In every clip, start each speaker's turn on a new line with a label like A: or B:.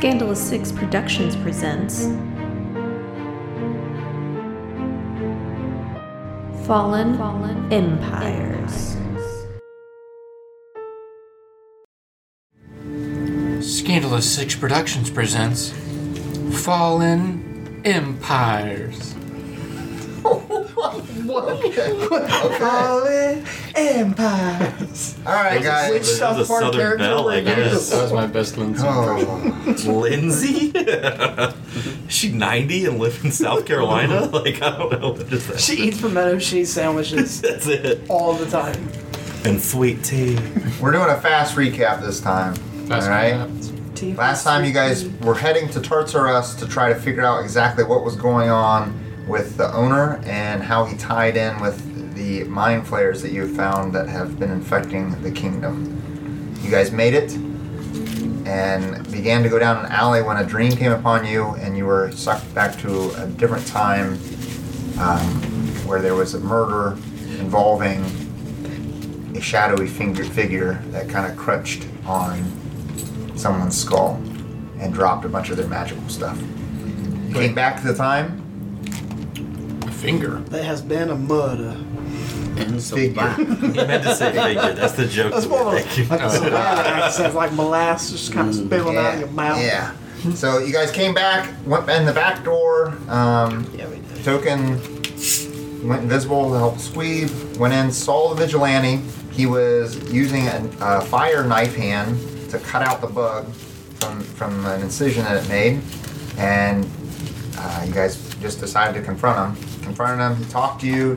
A: Formula 6 Productions presents Fallen, Fallen Empires.
B: Scandalous Six Productions presents Fallen Empires.
C: Fallen Empires.
D: All right,
C: Which
D: guys.
C: South
E: a
C: Park
E: Southern
C: character
E: belle,
C: were
E: I guess.
C: you?
B: That was my best Lindsay.
D: Oh,
E: Lindsay? she 90 and lived in South Carolina? like, I don't know. What is that?
C: She eats pimento cheese sandwiches
E: That's it.
C: all the time.
E: And sweet tea.
D: we're doing a fast recap this time.
B: That's
D: all right.
B: right.
C: Tea.
D: Last time you guys were heading to Tartarus to try to figure out exactly what was going on with the owner and how he tied in with the mind flayers that you have found that have been infecting the kingdom. You guys made it and began to go down an alley when a dream came upon you and you were sucked back to a different time um, where there was a murder involving a shadowy finger figure that kind of crunched on someone's skull and dropped a bunch of their magical stuff. You came back to the time.
B: A finger.
C: There has been a murder.
D: Figure.
E: You meant to say figure. That's the joke.
C: That's more of
E: Thank you.
C: a, like a Savannah accent, like molasses just kind of spilling out of your mouth.
D: Mm, yeah. So you guys came back, went in the back door. Um,
C: Yeah, we did.
D: Token went invisible to help Squeeb. Went in, saw the vigilante. He was using a, a fire knife hand to cut out the bug from, from an incision that it made. And uh, you guys just decided to confront him. Confronted him, he talked to you,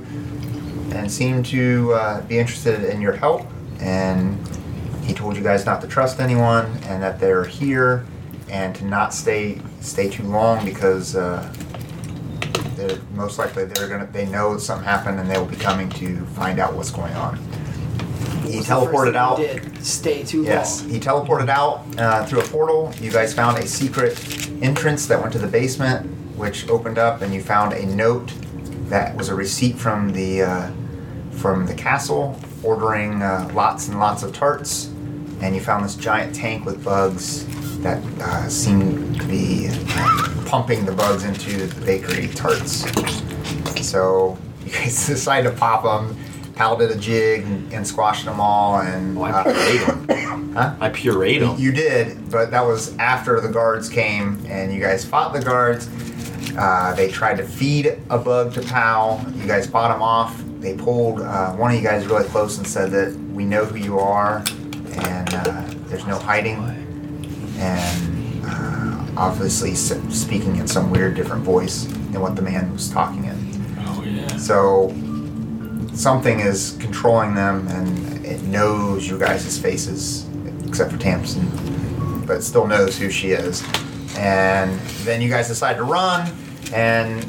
D: and seemed to uh, be interested in your help. And he told you guys not to trust anyone, and that they're here, and to not stay stay too long because uh, they're most likely they're gonna they know something happened and they will be coming to find out what's going on. He
C: What's the first thing
D: teleported
C: you
D: out.
C: Did? Stay too
D: Yes,
C: long.
D: he teleported out uh, through a portal. You guys found a secret entrance that went to the basement, which opened up, and you found a note that was a receipt from the uh, from the castle, ordering uh, lots and lots of tarts. And you found this giant tank with bugs that uh, seemed to be pumping the bugs into the bakery tarts. So you guys decided to pop them. Pal did a jig and, and squashed them all, and
E: I
D: uh,
E: pureed them. I pureed them.
D: you did, but that was after the guards came and you guys fought the guards. Uh, they tried to feed a bug to Pal. You guys fought him off. They pulled uh, one of you guys really close and said that we know who you are and uh, there's no hiding. And uh, obviously s- speaking in some weird different voice than what the man was talking in.
B: Oh, yeah.
D: So something is controlling them, and it knows your guys' faces, except for Tamsin, but it still knows who she is. And then you guys decide to run, and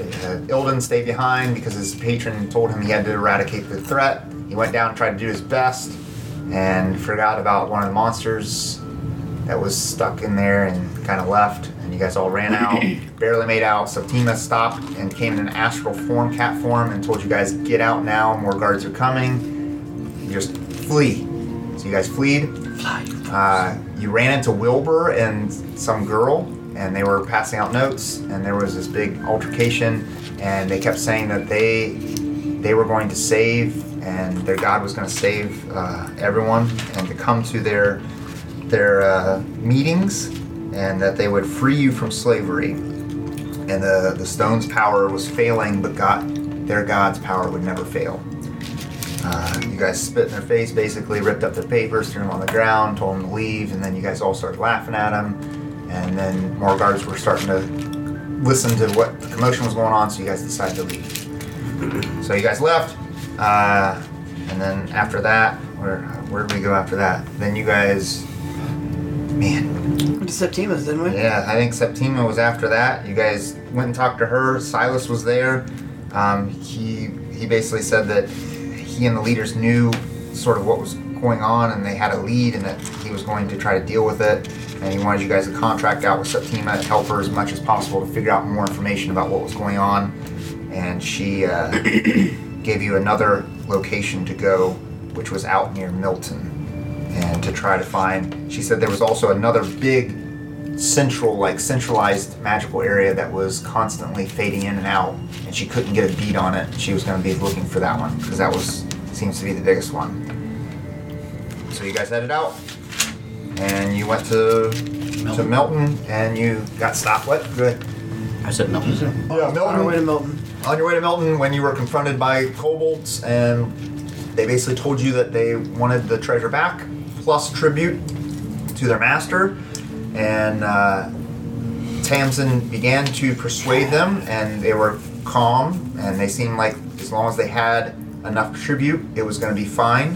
D: uh, Ilden stayed behind because his patron told him he had to eradicate the threat. He went down and tried to do his best, and forgot about one of the monsters that was stuck in there and kind of left. And you guys all ran out, barely made out. Septima stopped and came in an astral form, cat form, and told you guys, get out now, more guards are coming. Just flee. So you guys fleed. Uh, you ran into Wilbur and some girl, and they were passing out notes, and there was this big altercation, and they kept saying that they they were going to save, and their god was going to save uh, everyone, and to come to their their uh, meetings, and that they would free you from slavery. And the the stone's power was failing, but God, their god's power would never fail. Uh, you guys spit in their face, basically ripped up their papers, threw them on the ground, told them to leave, and then you guys all started laughing at them. And then more guards were starting to listen to what the commotion was going on, so you guys decided to leave. So you guys left, uh, and then after that, where where did we go after that? Then you guys, man,
C: We Went to Septima's, didn't we?
D: yeah, I think Septima was after that. You guys went and talked to her. Silas was there. Um, he he basically said that he and the leaders knew sort of what was going on, and they had a lead, and that he was going to try to deal with it. And he wanted you guys to contract out with Septima to help her as much as possible to figure out more information about what was going on. And she uh, gave you another location to go, which was out near Milton, and to try to find. She said there was also another big central, like centralized magical area that was constantly fading in and out, and she couldn't get a bead on it. She was going to be looking for that one because that was seems to be the biggest one. So you guys headed out, and you went to to
F: Melton.
D: Melton, and you got stopped. What? Good.
F: I said Melton.
D: Oh, Yeah,
C: On our way to Milton.
D: on your way to Melton when you were confronted by kobolds and they basically told you that they wanted the treasure back plus tribute to their master and uh, Tamsin began to persuade them and they were calm and they seemed like as long as they had enough tribute it was going to be fine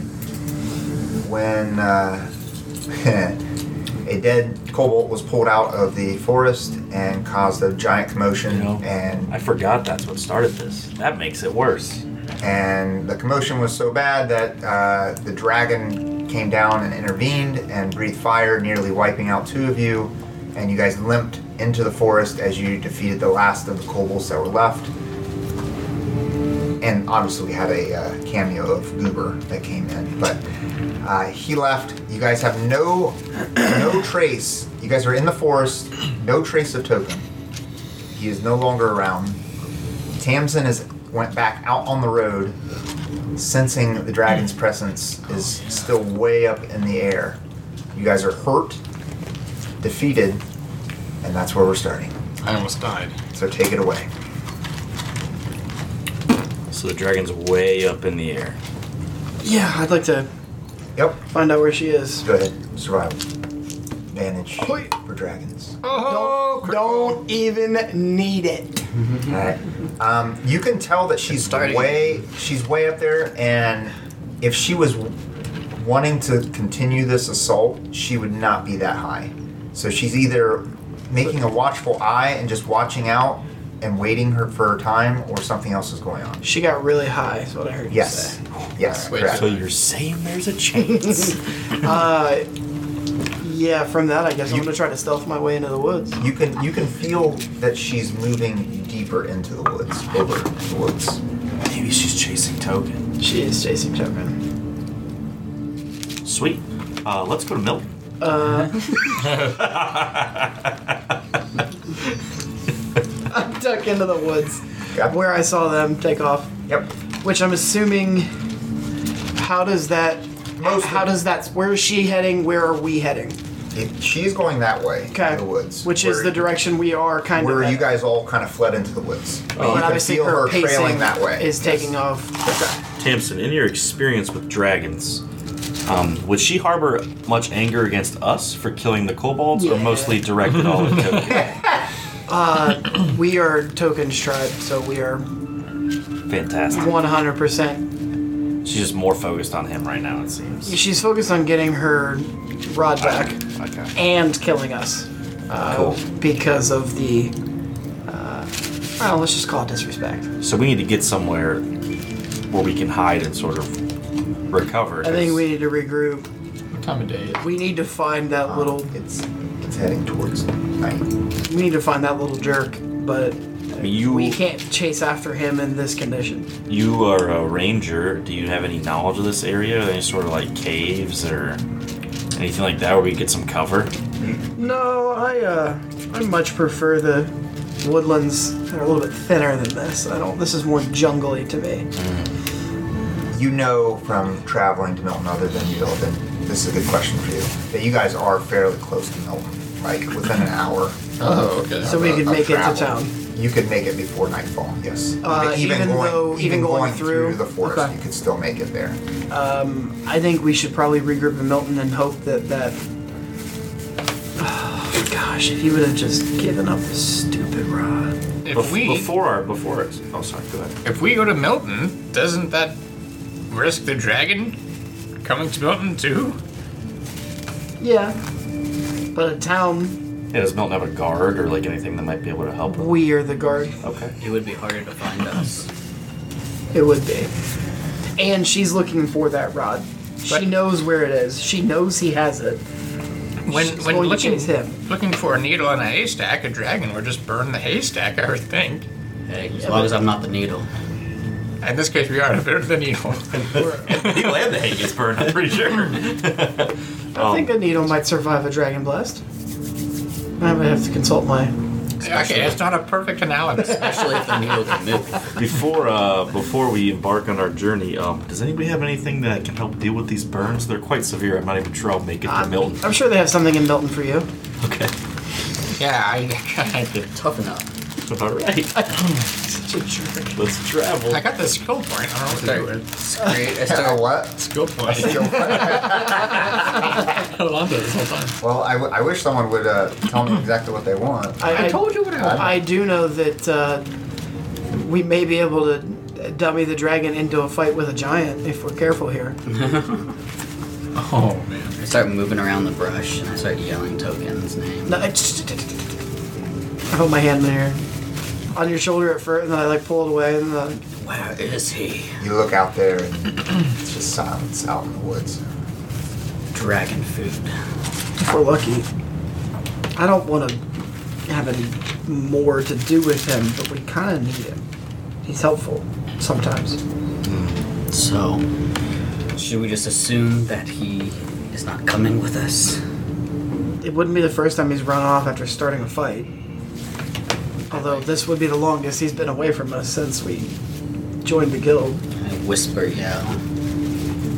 D: when uh, a dead kobold was pulled out of the forest and caused a giant commotion
G: You know,
D: and
G: I forgot that's what started this. That makes it worse.
D: and the commotion was so bad that uh, the dragon came down and intervened and breathed fire, nearly wiping out two of you. And you guys limped into the forest as you defeated the last of the kobolds that were left. And obviously, we had a uh, cameo of Goober that came in, but uh, he left. You guys have no no trace. You guys are in the forest, no trace of Token. He is no longer around. Tamsin has went back out on the road, sensing the dragon's presence is still way up in the air. You guys are hurt, defeated, and that's where we're starting.
B: I almost died.
D: So take it away.
G: So the dragon's way up in the air.
C: Yeah, I'd like to
D: Yep.
C: find out where she is.
D: Go ahead. Survival. Advantage for dragons.
B: Oh,
C: Don't even need it.
D: All right. Um, you can tell that she's
F: starting.
D: way she's way up there, and if she was wanting to continue this assault, she would not be that high. So she's either making a watchful eye and just watching out and waiting her for her time, or something else is going on.
C: She got really high, is what I heard you
D: Yes.
C: say.
D: Yes.
B: Wait,
D: correct.
G: So you're saying there's a chance?
C: Uh, yeah, from that, I guess
D: You-
C: I'm gonna try to stealth my way into the woods.
D: You can you can feel that she's moving deeper into the woods, over the woods.
G: Maybe she's chasing Token.
C: She is chasing Token.
G: Sweet. Uh, let's go to Milton.
C: Uh, I duck into the woods
D: Yeah.
C: where I saw them take off,
D: Yep.
C: which I'm assuming. How does that?
D: Mostly.
C: How does that? Where is she heading? Where are we heading?
D: It, she's going that way
C: Okay.
D: in the woods,
C: Which is
D: where-
C: the direction we are kind of.
D: where you
C: heading.
D: guys all kind of fled into the woods.
C: But
D: you can
C: obviously
D: feel her,
C: pacing
D: trailing that way.
C: is taking off.
G: Tamsin, in your experience with dragons, um, would she harbor much anger against us for killing the kobolds, or
C: Yeah.
G: mostly directed all at Token?
C: We are Token's tribe, so we are
G: Fantastic.
C: 100%.
G: She's just more focused on him right now, it seems.
C: She's focused on getting her rod back
G: Okay.
C: and killing us uh,
G: Cool.
C: because of the. Uh, well, let's just call it disrespect.
G: So we need to get somewhere where we can hide and sort of recover.
C: I think we need to regroup.
B: What time of day is it?
C: We need to find that little.
D: It's it's heading towards night.
C: We need to find that little jerk, but
G: I mean, you,
C: we can't chase after him in this condition.
G: You are a ranger. Do you have any knowledge of this area? Any sort of like caves or anything like that where we get some cover?
C: No, I uh, I much prefer the woodlands. They're a little bit thinner than this. I don't. This is more jungly to me.
D: You know from traveling to Milton, other than you Milton, this is a good question for you. That you guys are fairly close to Milton, like within an hour.
B: Oh, okay.
C: So we
D: of-
C: could
D: of
C: make it to
D: travel.
C: town.
D: You could make it before nightfall. Yes.
C: Uh, even though- even going through-
D: the forest,
C: okay.
D: you could still make it there.
C: I think we should probably regroup in Milton and hope that that. Oh, gosh, if he would have just given up his stupid rod.
B: if
G: Bef-
B: we
G: Before our before us. Oh, sorry. Go ahead.
B: if we go to Milton, doesn't that risk the dragon coming to Milton too?
C: Yeah. But a town,
G: Yeah, does Milton have a guard or like anything that might be able to help? With?
C: we are the guard.
G: Okay.
F: It would be harder to find us.
C: It would be. And she's looking for that rod. She
B: But-
C: knows where it is. She knows he has it.
B: When
C: She's
B: when
C: going to
B: looking
C: chase him.
B: looking for a needle in a haystack, a dragon would just burn the haystack, I would think.
F: Hey, as long as I'm not the needle.
B: In this case, we are a bit of the needle.
G: People and the hay gets burned. I'm pretty sure.
C: I think a needle might survive a dragon blast. I would have to consult my.
B: Okay, that's not a perfect analogy.
H: Especially if the needle can move.
E: Before uh, before we embark on our journey, um, does anybody have anything that can help deal with these burns? They're quite severe. I'm not even sure I'll make it to Milton.
C: I'm sure they have something in Milton for you.
E: Okay.
B: yeah, I, I, did.
H: Toughen up.
E: All right.
C: Such a jerk.
E: Let's travel.
B: I got the skill point. I don't know what to do with
H: Great. It's
D: Uh,
H: a
B: it.
D: what?
B: Skill point. I love this whole time.
D: Well, I, w- I wish someone would uh, tell me exactly what they want.
B: I told you what I wanted.
C: I do know that uh, we may be able to dummy the dragon into a fight with a giant if we're careful here.
B: Oh man.
H: I start moving around the brush and I start yelling Token's name.
C: No, I, I put my hand in there, on your shoulder at first, and then I like pull it away, and then
H: Where is he?
D: You look out there and it's just silence out in the woods.
H: Dragon food.
C: if we're lucky, I don't want to have any more to do with him, but we kind of need him. He's helpful sometimes.
H: So, should we just assume that he is not coming with us?
C: It wouldn't be the first time he's run off after starting a fight. Although this would be the longest he's been away from us since we joined the guild.
H: I whisper, yell,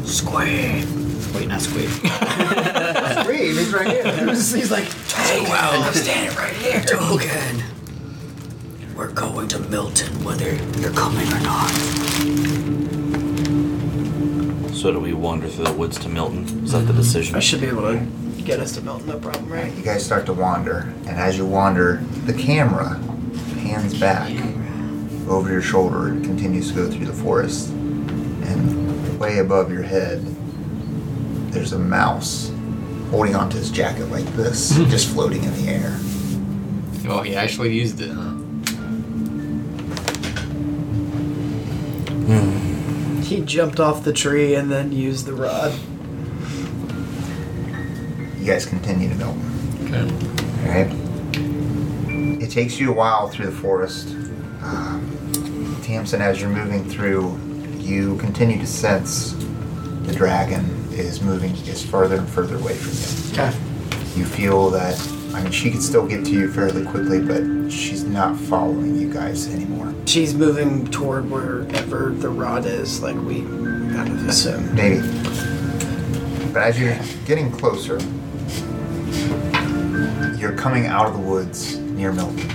H: squid. Wait, not squid.
D: Wait, he's right here.
H: He's like, Token. Wow, I'm standing right here. Token. We're going to Milton, whether you're coming or not.
E: So do we wander through the woods to Milton? Is that the decision?
F: Mm-hmm.
C: I should be able to get us to Milton, no problem, right?
D: You guys start to wander, and as you wander, the camera pans back over your shoulder and continues to go through the forest. And way above your head, there's a mouse holding onto his jacket like this, just floating in the air.
B: Well, he actually used it. huh?
C: He jumped off the tree and then used the rod.
D: You guys continue to Milton.
B: Okay.
D: Alright. It takes you a while through the forest. Um, Tamsin, as you're moving through, you continue to sense the dragon is moving is further and further away from you.
C: Okay.
D: You feel that I mean she could still get to you fairly quickly, but she's not following you guys anymore.
C: She's moving toward wherever the rod is, like we kind of assume.
D: Maybe. But as you're getting closer, you're coming out of the woods near Milton.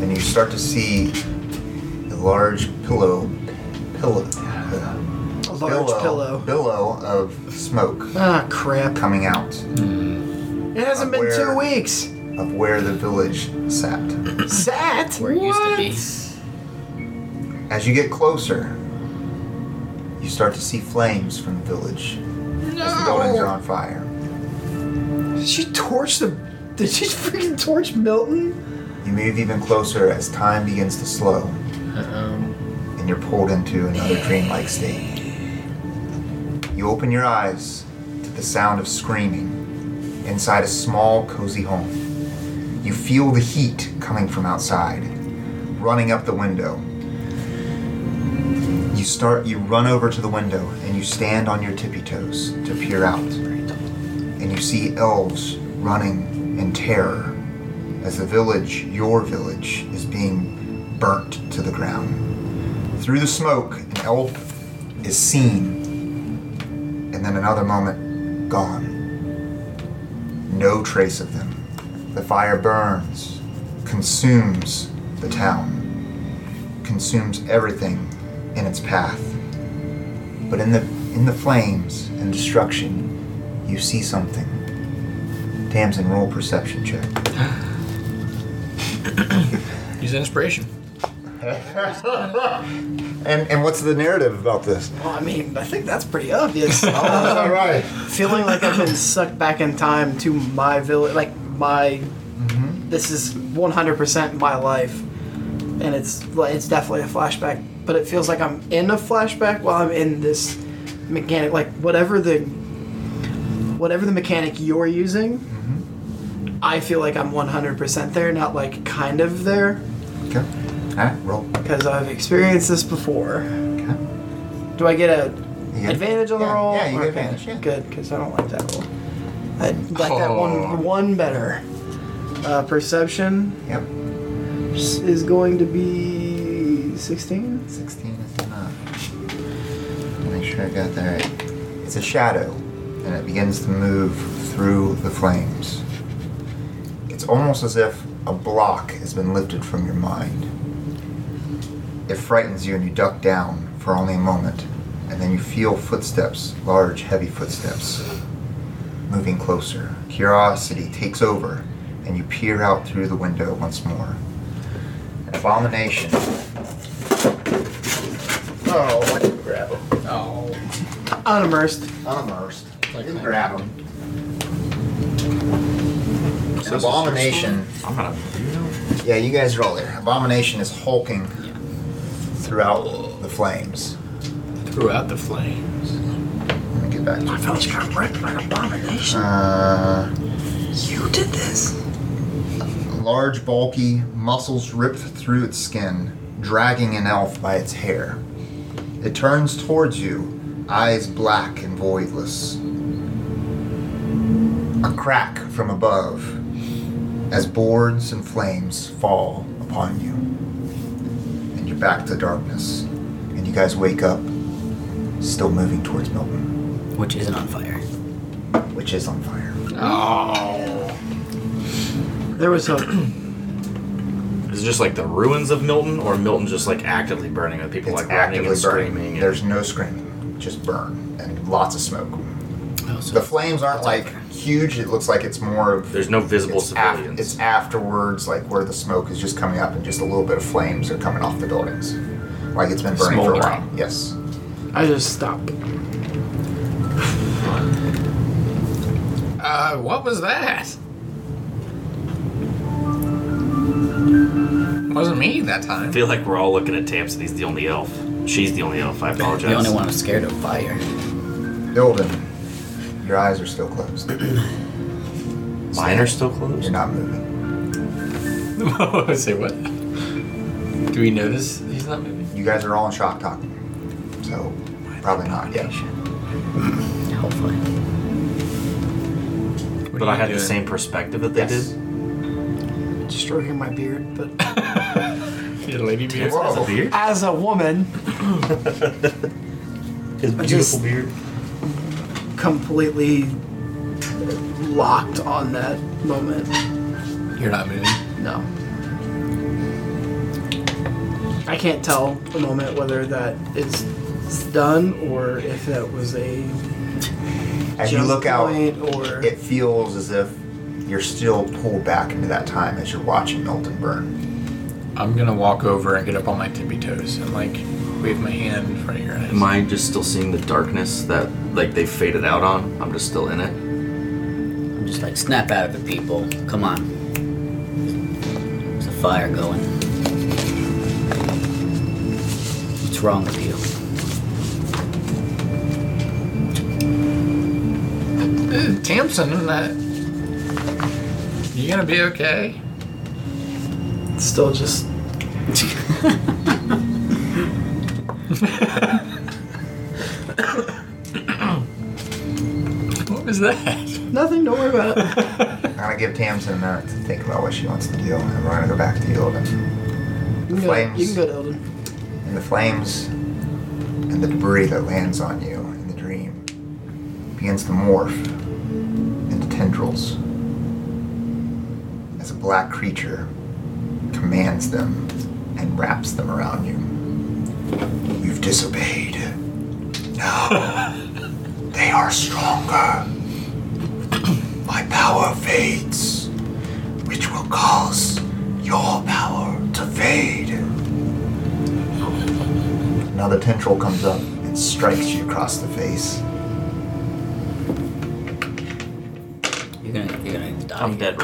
D: And you start to see a large pillow, pillow,
C: A large pillow.
D: billow of smoke
C: Ah, crap.
D: coming out
C: It hasn't been two
D: Where-
C: weeks.
D: of where the village sat.
C: Sat?
H: Where it used to be.
D: As you get closer, you start to see flames from the village. As the buildings are on fire.
C: She torched the. Did she freaking torch Milton?
D: You move even closer as time begins to slow. And you're pulled into another dreamlike state. You open your eyes to the sound of screaming inside a small, cozy home. You feel the heat coming from outside, running up the window. You start, you run over to the window and you stand on your tippy toes to peer out. And you see elves running in terror as the village, your village, is being burnt to the ground. Through the smoke, an elf is seen, and then another moment, gone. No trace of them. The fire burns, consumes the town, consumes everything in its path. But in the in the flames and destruction, you see something. Tamsin, roll perception check.
B: Use inspiration.
D: And and what's the narrative about this?
C: Well, I mean, I think that's pretty obvious.
D: Oh, All right.
C: Feeling like I've been sucked back in time to my village, like my. This is 100% my life, and it's like it's definitely a flashback. But it feels like I'm in a flashback while I'm in this mechanic, like whatever the whatever the mechanic you're using. I feel like I'm 100% there, not like kind of there,
D: Okay. All right. Roll.
C: because I've experienced this before.
D: Okay.
C: Do I get a
D: You get-
C: advantage on the
D: yeah,
C: roll?
D: Yeah, you
C: Okay,
D: get advantage. Yeah.
C: Good, because I don't like that roll. I like that
B: Oh.
C: one one better. Uh, perception
D: Yep.
C: is going to be 16.
D: 16 is enough. Make sure I got that right. It's a shadow, and it begins to move through the flames. It's almost as if a block has been lifted from your mind. It frightens you, and you duck down for only a moment, and then you feel footsteps, large, heavy footsteps, moving closer. Curiosity takes over, and you peer out through the window once more. An abomination Oh, I didn't grab him.
B: Oh.
C: Unimmersed.
D: Unimmersed. I didn't
B: that.
D: grab him. An abomination.
E: I'm not a weirdo.
D: Yeah, you guys are all there. Abomination is hulking throughout the flames.
B: Throughout the flame.
D: Let me get back to
H: Fellas got wrecked by an abomination.
D: Uh,
H: You did this.
D: large, bulky muscles ripped through its skin, dragging an elf by its hair. It turns towards you, eyes black and voidless. A crack from above as boards and flames fall upon you. And you're back to darkness. And you guys wake up, still moving towards Milton,
H: Which isn't on fire.
D: which is on fire.
B: Oh.
C: There was hope.
E: Is it just like the ruins of Milton, or Milton just like actively burning with people
D: It's
E: like running
D: actively
E: and
D: burning.
E: screaming? and-
D: There's no screaming, just burn and lots of smoke.
H: Oh, so
D: The flames aren't like huge. It looks like it's more of
E: There's no visible
D: it's, af-
E: civilians.
D: it's afterwards, like where the smoke is just coming up and just a little bit of flames are coming off the buildings. Like it's been burning for a while.
E: Smoldering.
D: Yes.
C: I just stopped.
B: Uh, what was that? Wasn't me that
E: I
B: time.
E: feel like we're all looking at Tamsin. He's the only elf. She's the only elf. I apologize.
H: the only one who's scared of fire.
D: Building. Your eyes are still closed.
E: Mine are still
D: You're
E: closed.
D: not moving.
B: Say what? Do we know this? He's not moving.
D: You guys are all in shock talking. So probably not. Yeah.
H: Hopefully.
E: But I had the same perspective that they
D: Yes.
E: did.
C: Stroking my beard, but
B: Your lady beard.
D: Whoa.
G: Ah,
C: as a woman,
E: His
C: I just-
E: beard.
C: completely locked on that moment.
B: You're not moving.
C: No. I can't tell the moment whether that is done or if that was a
D: As you
C: jump
D: look out,
C: point or
D: it feels as if you're still pulled back into that time as you're watching Milton burn.
B: I'm gonna walk over and get up on my tippy toes and like wave my hand in front of your eyes.
E: Am I just still seeing the darkness that like they faded out on? I'm just still in it.
H: I'm just like, snap out of it, people. Come on. There's a fire going. What's wrong with you?
B: Uh, Tamsin, that. You gonna be okay?
C: it's still just
B: What was that?
C: nothing, don't worry about it.
D: I'm gonna give Tamsin a minute to think about what she wants to do, and then we're gonna go back to the building.
C: You can, go,
D: Flames.
C: you can go to Elden.
D: and the flames and the debris that lands on you in the dream begins to morph into tendrils as a black creature commands them and wraps them around you. You've disobeyed. No. they are stronger. My power fades, which will cause your power to fade. Another tendril comes up and strikes you across the face.
H: You're gonna, you're gonna die.
E: I'm dead.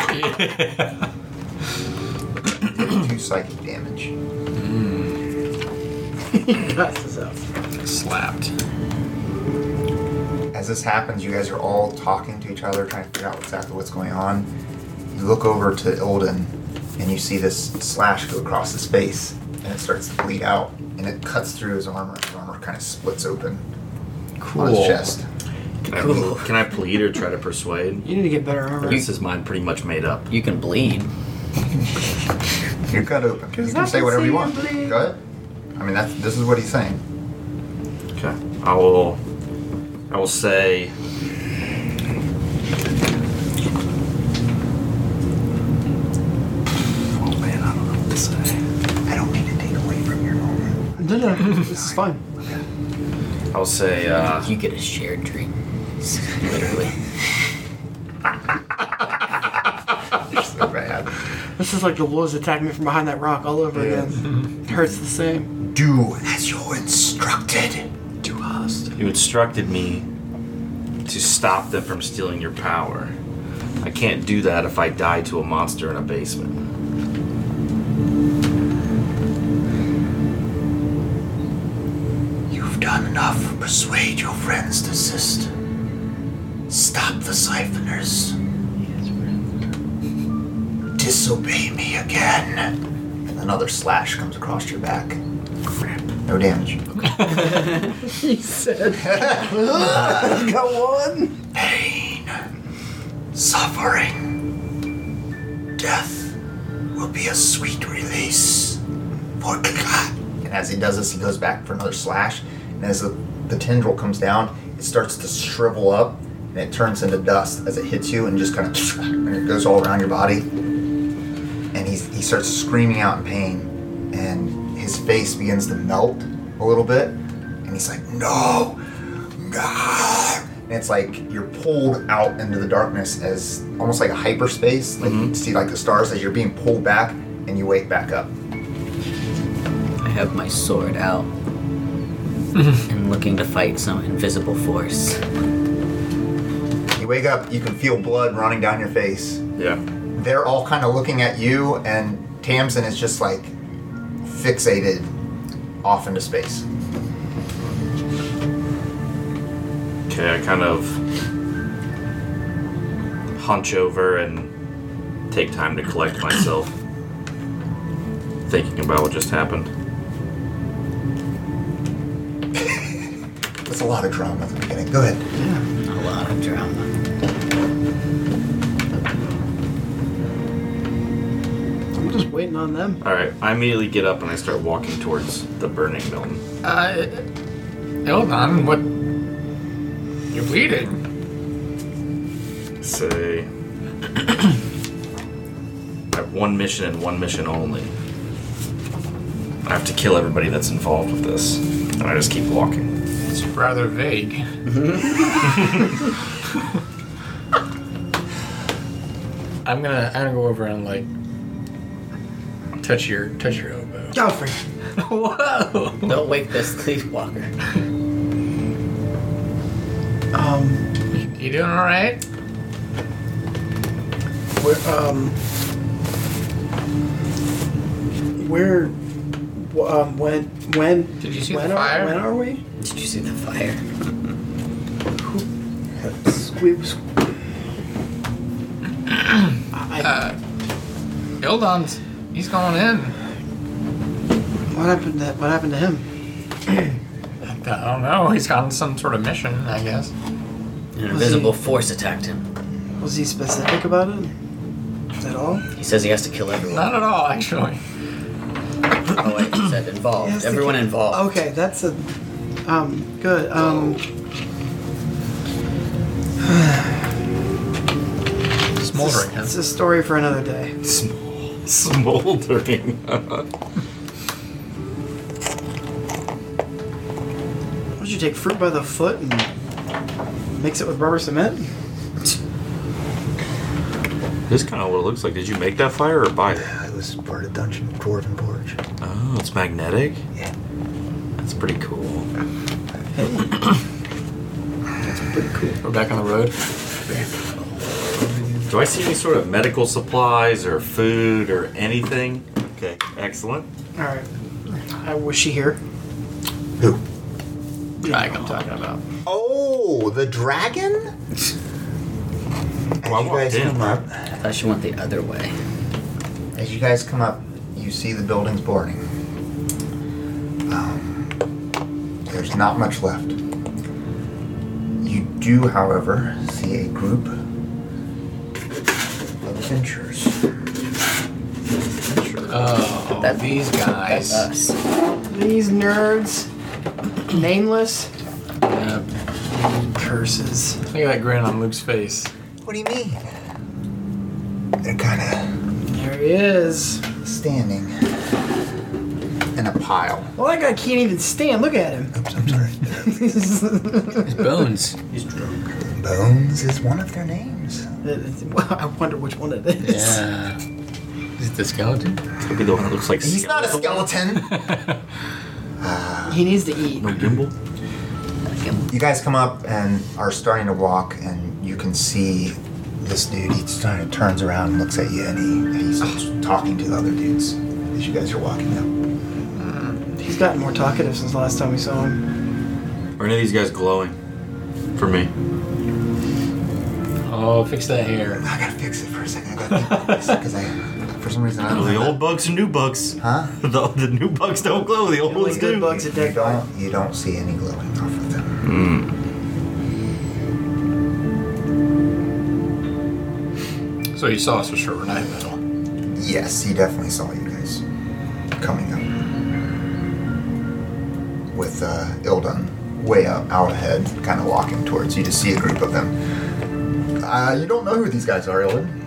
D: Two psychic damage.
C: Pass this out.
B: Slapped.
D: As this happens, you guys are all talking to each other, trying to figure out exactly what's going on. You look over to Ilden, and you see this slash go across his face, and it starts to bleed out, and it cuts through his armor. His armor kind of splits open on his chest.
E: Can I, can I plead or try to persuade?
C: You need to get better armor.
E: This is mine pretty much made up.
F: You can bleed.
D: You're cut open. You can say whatever you want. Go ahead. I mean, that's this is what he's saying.
E: Okay. I will. I will say. Oh man, I don't know what to say.
D: I don't mean to take away from your moment.
C: No, no, no, this is fine.
E: I'll say. Uh,
F: You get a shared dream. Literally.
D: So bad.
C: This is like the wolves attacking me from behind that rock all over again. It hurts the same.
D: Do as you're instructed.
C: To us.
E: you instructed me to stop them from stealing your power. I can't do that if I die to a monster in a basement.
D: You've done enough. Persuade your friends to assist. Stop the siphoners. Disobey me again. And another slash comes across your back. Crap. No damage.
C: He said. Got one.
D: Pain, suffering, death will be a sweet release for Kaka. And as he does this, he goes back for another slash, and as the, the tendril comes down, it starts to shrivel up and it turns into dust as it hits you and just kind of and it goes all around your body. And he's, he starts screaming out in pain, and his face begins to melt a little bit, and he's like, No! and it's like you're pulled out into the darkness as almost like a hyperspace. Like
E: Mm-hmm.
D: you see like the stars as you're being pulled back and you wake back up.
F: I have my sword out. and looking to fight some invisible force.
D: You wake up, you can feel blood running down your face.
E: Yeah.
D: They're all kind of looking at you and Tamsin is just like fixated off into space.
E: Okay, I kind of hunch over and take time to collect myself, thinking about what just happened.
D: That's a lot of drama at the beginning. Go ahead.
F: A lot of drama.
C: I'm just waiting on them.
E: All right, I immediately get up and I start walking towards the burning building.
B: Uh, hold on. What? You're bleeding.
E: Say, I have one mission and one mission only. I have to kill everybody that's involved with this, and I just keep walking.
B: It's rather vague. I'm gonna. I'm gonna go over and like touch your touch your elbow.
C: Go for it.
B: Whoa!
F: Don't wake this Sleep Walker.
C: Um,
B: You doing all right?
C: we're, um, we're, w- um, when, when,
B: Did you see
C: when,
B: the fire?
C: Are, when are we?
F: Did you see the fire?
C: We, I,
B: Uh, Ildon's. He's going in.
C: what happened to, what happened to him?
B: I don't know. He's on some sort of mission, I guess.
F: An invisible force attacked him.
C: Was he specific about it? At all?
F: He says he has to kill everyone.
B: Not at all, actually.
F: oh, wait, he said
C: He has
F: involved.
C: to
F: Everyone
C: kill-
F: involved.
C: Okay, that's a, um, good, um,
B: Smoldering. huh?
C: it's a story for another day.
E: Smoldering.
C: Why don't you take fruit by the foot and mix it with rubber cement?
E: this kind of what it looks like. Did you make that fire or buy it?
D: It was part of Dungeon Dwarven Forge.
E: Oh, it's magnetic?
D: Yeah.
E: That's pretty cool.
B: We're back on the road.
E: Do I see any sort of medical supplies or food or anything? Okay, excellent.
C: All right. I was she here?
D: Who?
B: Dragon I'm talking about.
D: Oh, the dragon? As
E: Well, I
D: you guys
E: walked in.
D: come up,
F: I thought she went the other way.
D: as you guys come up, you see the building's burning. Um, there's not much left. You You do, however, see a group of adventurers.
B: Oh,
F: That-
B: these guys.
F: Us.
C: These nerds, nameless
B: Yeah,
C: curses.
B: look at that grin on Luke's face.
D: What do you mean? They're kind
C: There he is.
D: of standing in a pile.
C: Well, that guy can't even stand. Look at him.
D: Oops, I'm sorry.
B: His bones.
F: He's drunk.
D: Bones is one of their names.
C: I wonder which one it is.
B: Yeah. Uh, Is it the skeleton?
E: Could be the one that looks like
D: He's not a skeleton.
C: He needs to eat.
E: No gimbal.
D: You guys come up and are starting to walk, and you can see this dude. Each time he turns around and looks at you, and, he, and he's talking to the other dudes as you guys are walking up.
C: He's gotten more talkative since the last time we saw him.
E: Are any of these guys glowing? For me.
B: Oh, fix that hair.
D: I gotta fix it for a second. I gotta fix it because I, for some reason, I don't.
E: The
D: have
E: old bugs and new bugs.
D: Huh?
E: The, the new bugs don't glow. The old ones
C: Only good
E: do.
C: bugs at
D: that. You
C: dead dog.
D: don't. You don't see any glowing off of them.
B: So you saw us for sure. We're not in the middle.
D: Yes, he definitely saw you guys coming up with uh, Ildun way up out ahead, kind of walking towards you. Just see a group of them. Uh, you don't know who these guys are, Ildun.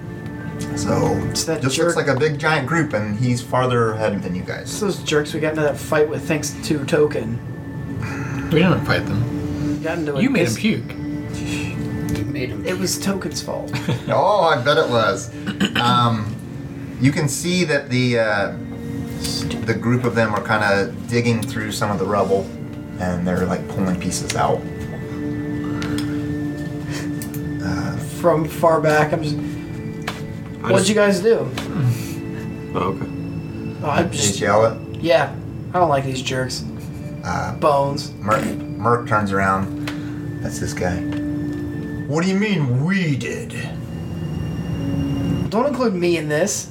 D: So
C: It's that
D: just
C: jerk.
D: looks like a big giant group, and he's farther ahead than you
C: It's
D: guys.
C: those jerks we got into that fight with thanks to Token.
B: We didn't fight them.
C: Got into a
B: You made him
C: piss-
B: puke.
F: You made him.
C: It was Token's fault.
D: oh, I bet it was. Um, you can see that the uh, the group of them are kind of digging through some of the rubble, and they're like pulling pieces out.
C: From far back, I'm just. What'd you guys do?
E: Oh, okay.
C: Oh, I
D: They just
C: just.
D: yell it.
C: Yeah, I don't like these jerks.
D: Uh,
C: Bones.
D: Merc, Merc turns around. That's this guy. What do you mean we did?
C: Don't include me in this.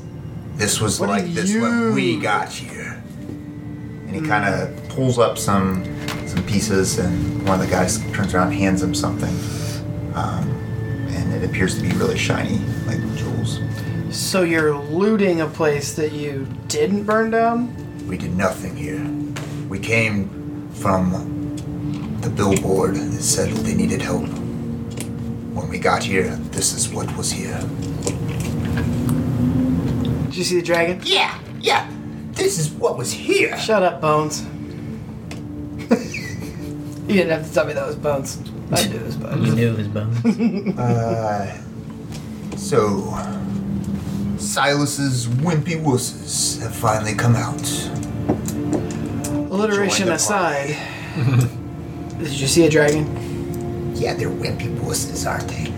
D: This was
C: What do
D: like this when
C: you-
D: we got here. And he kind of pulls up some some pieces, and one of the guys turns around, and hands him something, um, and it appears to be really shiny, like jewels.
C: So you're looting a place that you didn't burn down?
D: We did nothing here. We came from the billboard that said they needed help. When we got here, this is what was here.
C: Did you see the dragon?
D: Yeah, yeah. This is what was here.
C: Shut up, Bones. you didn't have to tell me that was Bones. I knew it was Bones.
F: knew his bones.
D: Uh, so, Silas's wimpy wusses have finally come out. Join
C: Alliteration
D: the
C: aside, did you see a dragon?
D: Yeah, they're wimpy wusses, aren't they?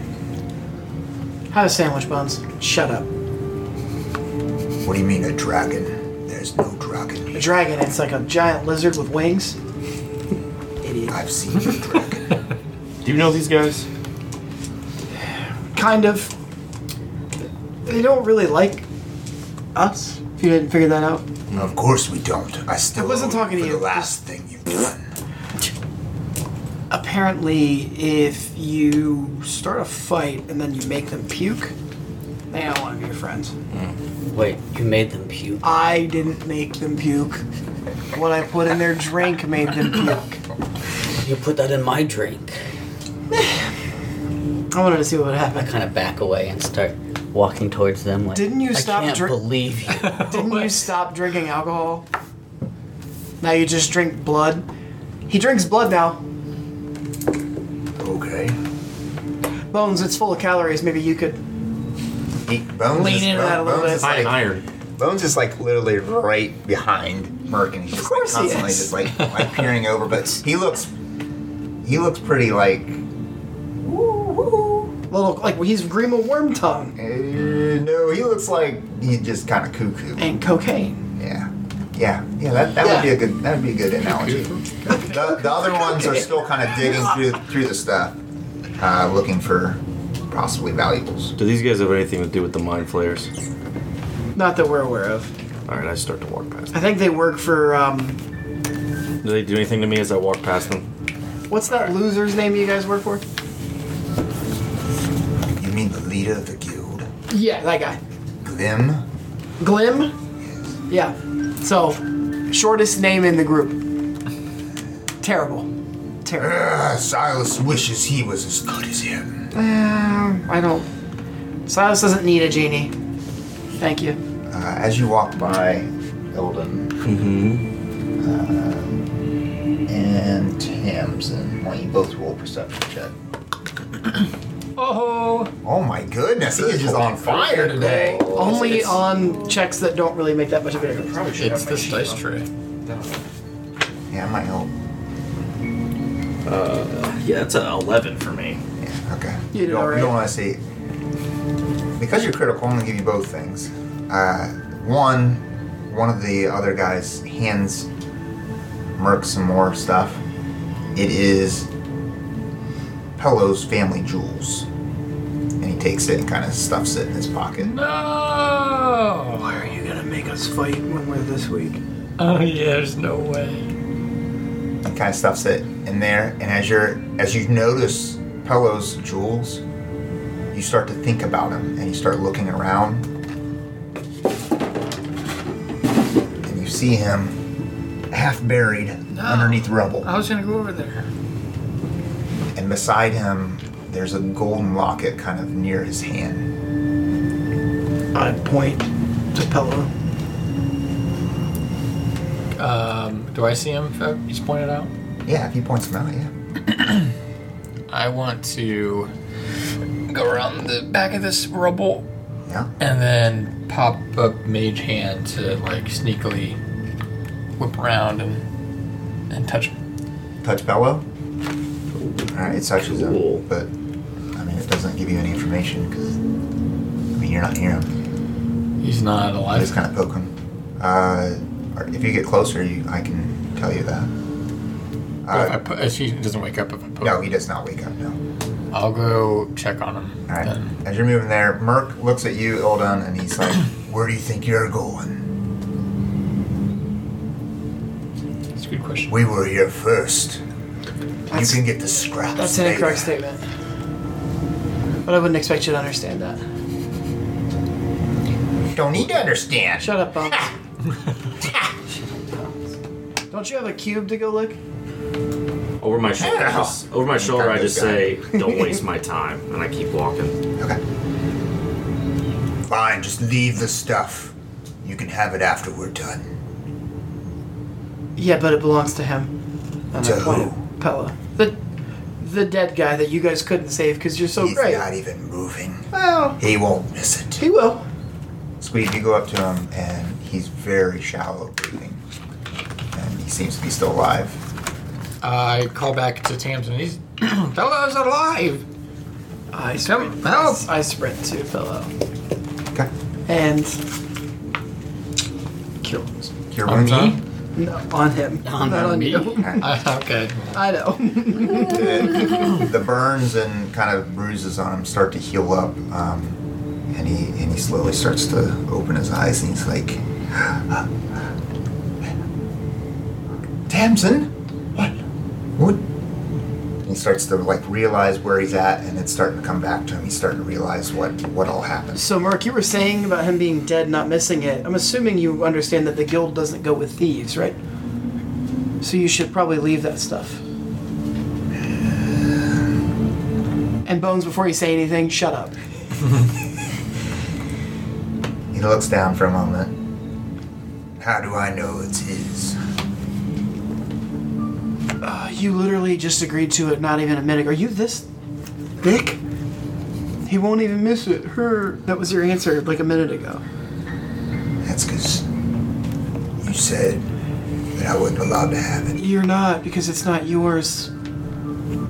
C: Have a sandwich, Bones. Shut up.
D: What do you mean a dragon? There's no dragon
C: A
D: here.
C: dragon, it's like a giant lizard with wings.
D: I've seen a dragon.
E: Do you know these guys?
C: Kind of. They don't really like us, if you didn't figure that out.
D: of course we don't. I still
C: I wasn't
D: owe
C: talking to
D: for
C: you.
D: The last thing you've done.
C: Apparently, if you start a fight and then you make them puke, they don't want to be your friends.
F: Wait, you made them puke.
C: I didn't make them puke. What I put in their drink made them puke.
F: You put that in my drink.
C: I wanted to see what would
F: I
C: happen.
F: kind of back away and start walking towards them. Like,
C: Didn't you
F: I
C: stop
F: can't
C: drink-
F: believe you.
C: Didn't you stop drinking alcohol? Now you just drink blood. He drinks blood now.
D: Okay.
C: Bones, it's full of calories. Maybe you could.
D: Eat bones.
C: Lean
D: is-
C: into that a little
D: Bones
C: bit.
D: is
E: High
D: like-
E: in iron.
D: Bones is like literally right behind Merc, and he's just like
C: course he
D: constantly
C: is.
D: just like, like peering over. But he looks, he looks pretty like
C: Little like he's Grima Worm Tongue
D: uh, no, he looks like he just kind of cuckoo.
C: and cocaine.
D: Yeah, yeah, yeah. That, that would be a good that would be a good analogy. the, the other ones are still kind of digging through through the stuff, uh, looking for possibly valuables.
E: Do these guys have anything to do with the mind flayers?
C: Not that we're aware of.
E: All right, I start to walk past.
C: I think they work for um.
E: Them. Do they do anything to me as I walk past them?
C: What's that loser's name you guys work for?
D: leader of the guild,
C: Yeah, that guy.
D: Glim.
C: Glim? Yeah. So, shortest name in the group. Terrible. Terrible.
D: Ugh, Silas wishes he was as good as him.
C: I don't. Silas doesn't need a genie. Thank you.
D: Uh, as you walk by Eldon um, and Tamsin, why don't you both roll perception check?
C: Oh!
D: Oh my goodness, he is just on fire today.
C: Only on checks that don't really make that much of a difference.
B: It's this dice tray.
D: Yeah, I might help.
E: Yeah, that's an 11 for me.
D: Yeah, okay.
C: You did
D: don't,
C: alright.
D: don't want to see. Because you're critical, I'm going to give you both things. Uh, one, one of the other guys hands Merc some more stuff. It is Pello's family jewels. And he takes it and kind of stuffs it in his pocket.
B: No!
C: Why are you gonna make us fight when we're this weak?
B: Oh, yeah, there's no way.
D: and kind of stuffs it in there. And as you're as you notice Pello's jewels, you start to think about him and you start looking around, and you see him half buried underneath rubble.
B: I was gonna go over there.
D: And beside him, there's a golden locket kind of near his hand.
C: I point to Pello.
B: Um, do I see him? if, uh, He's pointed out.
D: Yeah, if he points him out, yeah.
B: I want to go around the back of this rubble
D: Yeah.
B: and then pop up Mage Hand to like sneakily whip around and and touch him.
D: Touch Pello. Alright, it touches him. But I mean it doesn't give you any information because I mean you're not near him.
B: He's not
D: I
B: alive.
D: just kind of poke him. Uh, or if you get closer, you, I can tell you that.
B: if I
D: Uh,
B: put, if he doesn't wake up, if I put,
D: no, he does not wake up. No.
B: I'll go check on him.
D: All right.
B: Then.
D: As you're moving there, Merc looks at you, Ildan, and he's like, "Where do you think you're going?
B: That's a good question.
D: We were here first.
C: That's-
D: you can get the scraps."
C: That's an incorrect
D: later."
C: statement. But I wouldn't expect you to understand that.
D: Don't need to understand.
C: Shut up, Bob. Don't you have a cube to go look?
E: Over my shoulder, I
D: Yeah.
E: just, over my shoulder, I just say, "Don't waste my time," and I keep walking.
D: Okay. Fine. Just leave the stuff. You can have it after we're done.
C: Yeah, but it belongs to him. And
D: To
C: I point
D: who?
C: at Pello. The, the dead guy that you guys couldn't save because you're so
D: he's
C: great.
D: not even moving.
C: Well,
D: He won't miss it.
C: he will.
D: Squeeze, you go up to him, and he's very shallow breathing. And he seems to be still alive.
B: I call back to Tamsin. He's Fellow's alive.
C: I
B: Come
C: sprint.
B: help!
C: I sprint to Pello.
D: Okay.
C: And kill him.
D: Cure
B: On
D: wounds
B: me?
D: on?
C: No, on him.
F: On
C: not on
B: me.
C: you.
B: Uh, okay.
C: I know.
D: The, the burns and kind of bruises on him start to heal up, um, and he and he slowly starts to open his eyes, and he's like, "Tamsin, what? What?" And He starts to like realize where he's at, and it's starting to come back to him. He's starting to realize what what all happened.
C: So, Mark, you were saying about him being dead, not missing it. I'm assuming you understand that the guild doesn't go with thieves, right? So you should probably leave that stuff. And Bones, before you say anything, shut up.
D: He looks down for a moment. How do I know it's his?
C: Uh, you literally just agreed to it not even a minute ago. Are you this thick? He won't even miss it. Her. That was your answer like a minute ago.
D: That's because you said that I wasn't allowed to have it.
C: You're not, because it's not yours.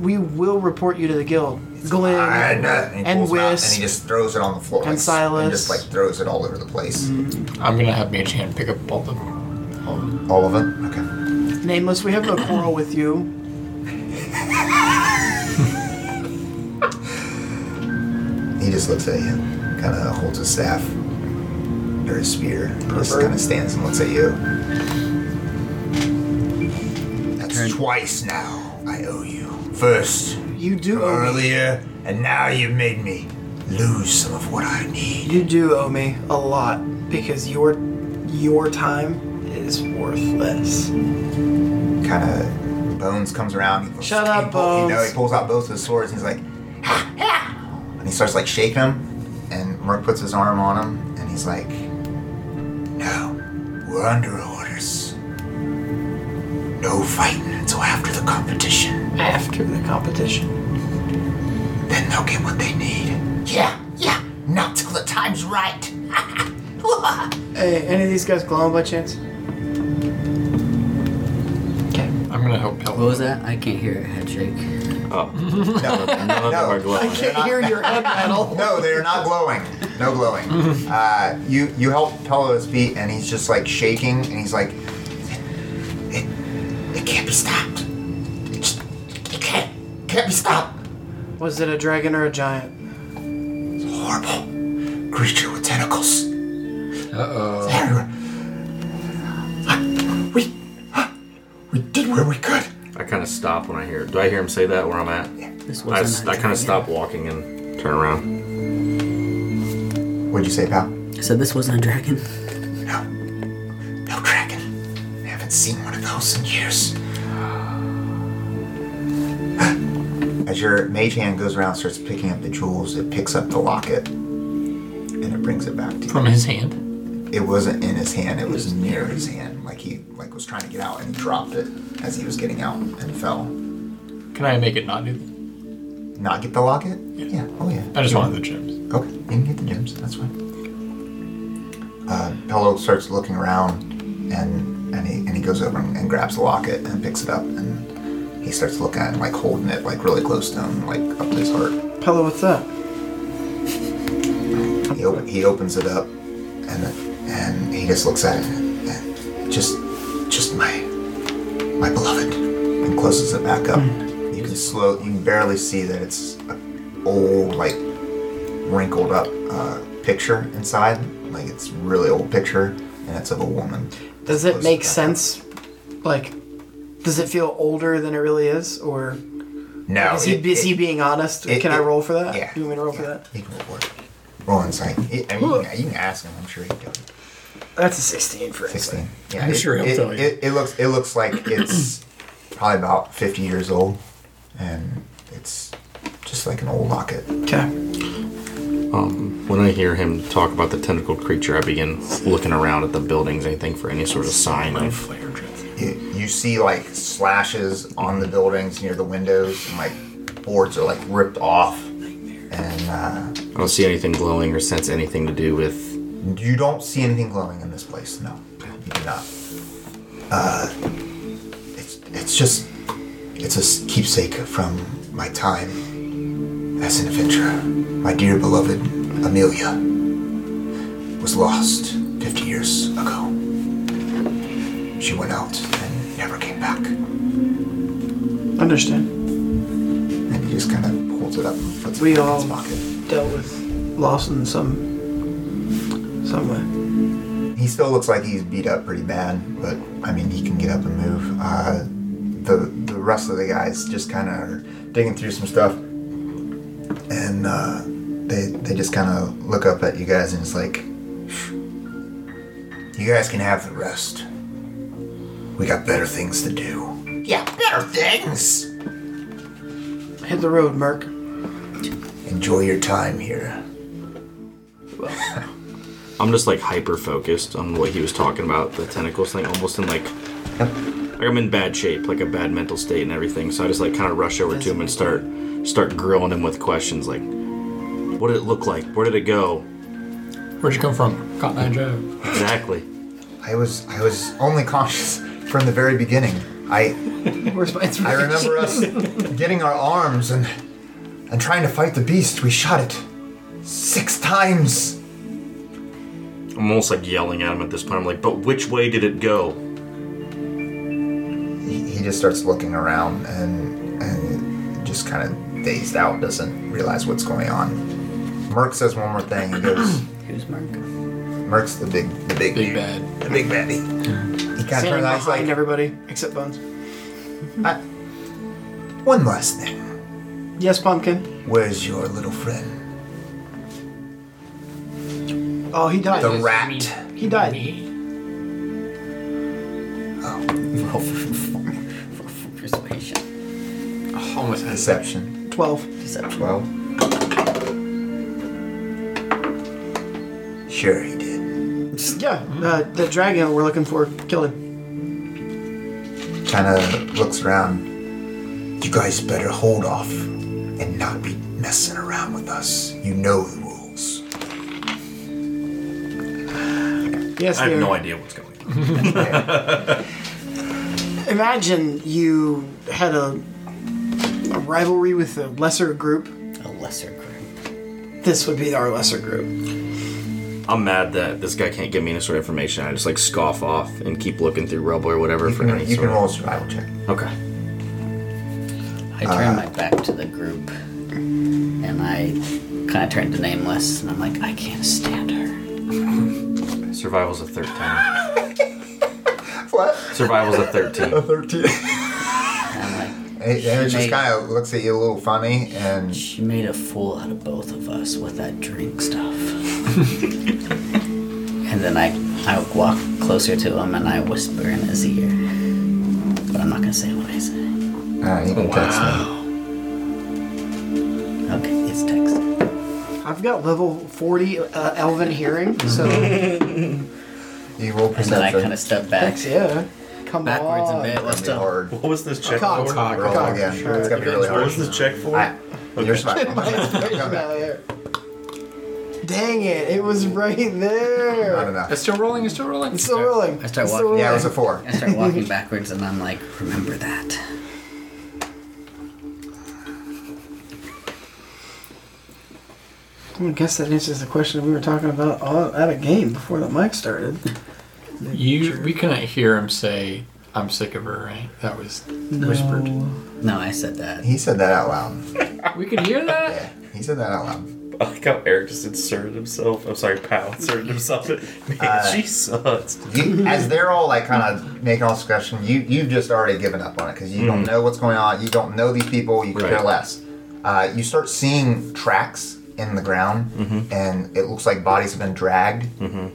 C: We will report you to the guild. Glenn.
D: I had nothing. He
C: And
D: pulls it out,
C: Whisk.
D: and he just throws it on the floor.
C: And
D: like,
C: Silas.
D: And just like throws it all over the place.
B: I'm gonna have Mage Hand pick up all the.
D: All of it? Okay.
C: Nameless, we have no quarrel with you.
D: He just looks at you, kind of holds his staff or his spear, and just
C: Pervert.
D: kind of stands and looks at you. That's twice now I owe you. First,
C: You do owe me.
D: earlier, and now you've made me lose some of what I need.
C: You do owe me a lot because your your time is worthless.
D: Kind of, Bones comes around. He
C: Shut
D: he
C: up,
D: pull- You know,
C: Bones.
D: he pulls out both of his swords and he's like, and he starts like shaking him. And Merc puts his arm on him and he's like, no, we're under orders. No fighting until after the competition.
C: After the competition,
D: Then they'll get what they need. Yeah, yeah, not till the time's right.
C: hey, any of these guys glowing by chance? Okay.
B: I'm gonna help help.
F: What was that? I can't hear it. Head shake.
E: Oh,
D: No,
E: none of them are
D: no,
E: glowing.
C: Can't hear your head metal.
D: no, they are not glowing. No glowing. Uh, you you help Pella to his feet, and he's just like shaking, and he's like, it, it, it can't be stopped. It, just, it can't can't be stopped.
C: Was it a dragon or a giant?
D: It's a horrible creature with tentacles
B: Uh
D: everywhere. I- we we did where we could.
E: I kind of stop when I hear. Do I hear him say that where I'm at?
F: This
E: I,
F: was
E: I kind of stop walking and turn around.
D: What'd you say, pal?
F: So this wasn't a dragon.
D: No, no dragon. I haven't seen one of those in years. As your mage hand goes around, and starts picking up the jewels, it picks up the locket and it brings it back to
B: oh.
D: you.
B: From his hand.
D: It wasn't in his hand; it was near his hand. Like he like was trying to get out and he dropped it as he was getting out and fell.
B: Can I make it not do that?
D: Not get the locket? Yeah. Oh yeah.
B: I just wanted the gems.
D: Okay, you can get the gems. That's fine. Uh, Pello starts looking around, and and he and he goes over and, and grabs the locket and picks it up, and he starts looking at it, like holding it like really close to him, like up to his heart.
C: Pella, what's up?
D: He op- he opens it up, and and he just looks at it, and just just my my beloved, and closes it back up. You can slow, you can barely see that it's an old, like wrinkled up uh, picture inside. Like it's really old picture, and it's of a woman.
C: Does it
D: Close
C: make
D: to that.
C: sense? Like, does it feel older than it really is, or
D: No,
C: is he,
D: it-
C: is he
D: it-
C: being honest?
D: it-
C: Can I
D: it-
C: roll for that?
D: Yeah,
C: You want me to roll for
D: yeah,
C: that?
D: You can roll for it. Roll insight. It- I mean, you, can, you can ask him. I'm sure he does.
C: That's a 16 for insight.
D: Sixteen. Yeah,
B: I'm
D: it,
B: sure he'll
D: it,
B: tell you.
D: It, it looks it looks like it's probably about fifty years old, and it's just like an old locket.
C: Okay.
E: Um, when I hear him talk about the tentacled creature, I begin looking around at the buildings, anything for any sort of sign of.
D: You, you see like slashes on the buildings near the windows, and like boards are like ripped off, and uh,
E: I don't see anything glowing or sense anything to do with.
D: you don't see anything glowing in this place. No, you do not. Uh, it's it's just it's a s- keepsake from my time as an adventurer. My dear beloved Amelia was lost 50 years ago. She went out and never came back.
C: Understand.
D: And he just kind of holds it up and puts
C: We
D: it in
C: all-
D: his pocket.
C: Dealt with loss in some some way.
D: He still looks like he's beat up pretty bad, but I mean, he can get up and move. Uh, the the rest of the guys just kind of are digging through some stuff, and uh, they they just kind of look up at you guys and it's like, you guys can have the rest. We got better things to do. Yeah, better things.
C: Hit the road, Merc.
D: Enjoy your time here.
E: I'm just like hyper focused on what he was talking about, the tentacles thing, almost in like. Like I'm in bad shape, like a bad mental state and everything. So I just like kind of rush over to him and start start grilling him with questions like, "What did it look like? Where did it go?
B: Where'd you come from? Cotton Eye Joe.
E: Exactly."
D: I was I was only conscious from the very beginning. I
C: Where's my
D: I remember us getting our arms and and trying to fight the beast. We shot it six times.
E: I'm almost like yelling at him at this point. I'm like, "But which way did it go?"
D: He, he just starts looking around and and just kind of dazed out, doesn't realize what's going on. Merc says one more thing. He goes,
F: Who's Mark?
D: Merc's the big the big
B: Big bad.
D: the big baddie. He kind of
C: Standing
D: turns out
C: behind
D: he's like,
C: everybody except Bones.
D: "I- one last thing.
C: Yes, Pumpkin.
D: Where's your little friend?
C: Oh, he died.
D: The
B: Does
D: rat.
B: mean
C: He died.
B: Me?
D: Roll for
F: Persuasion.
B: Almost had a
D: deception.
C: Twelve.
F: Deception.
D: Twelve. Sure, he did.
C: Yeah, uh, the dragon we're looking for killing.
D: Kind of looks around. You guys better hold off and not be messing around with us. You know the rules.
C: Yes,
E: I have
C: dear.
E: no idea what's going on.
C: Imagine you had a, a rivalry with a lesser group.
F: A lesser group.
C: This would be our lesser group.
E: I'm mad that this guy can't give me any sort of information. I just like scoff off and keep looking through rubble or whatever for
D: You
E: any
D: can- you
E: sort
D: can
E: of.
D: roll a survival check.
E: Okay.
F: I
B: Uh.
F: turn my back to the group and I kind of turn to Nameless and I'm like, I can't stand her.
E: Survival's a 13.
D: What?
E: Survival's a 13.
D: 13.
F: I'm like,
D: It, it just
F: made-
D: kind of looks at you a little funny and
F: she made a fool out of both of us with that drink stuff. and then I, I walk closer to him and I whisper in his ear. But I'm not gonna say what I say.
D: uh, you can text me.
F: Okay, it's text.
C: I've got level 40 uh, elven hearing, so
D: You roll
F: And then I
D: perception.
F: kind of step back.
C: that's yeah. Come
F: Backwards
C: on.
F: a bit.
D: Oh, That'd
F: Let's
D: be
F: go.
D: hard.
G: What was this check
C: Cock,
G: for?
C: cock,
D: Roll
C: cock.
D: again.
C: Sure.
D: It's gonna be really
G: What
D: hard.
G: was this check for?
D: I, You're surviving. Come back.
C: Failure. Dang it! It was right
D: Not
C: there.
D: enough.
B: It's still rolling. It's still rolling.
C: It's still rolling.
F: I start
C: It's still
F: walking.
D: Yeah, it was a
C: rolling.
D: four.
F: I start walking backwards and I'm like, remember that.
C: I guess that answers the question we were talking about all, at a game before the mic started.
B: You. We couldn't hear him say, "I'm sick of her." Right? That was whispered.
F: No, I said that.
D: He said that out loud.
B: We could hear that.
D: Yeah, he said that out loud.
G: I like how Eric just inserted himself. I'm sorry, Pal inserted himself. Man, she sucks.
D: You, as they're all like kind of making all this discussion, you you've just already given up on it because you don't know what's going on. You don't know these people. You care
E: Right.
D: less. Uh, you start seeing tracks in the ground, and it looks like bodies have been dragged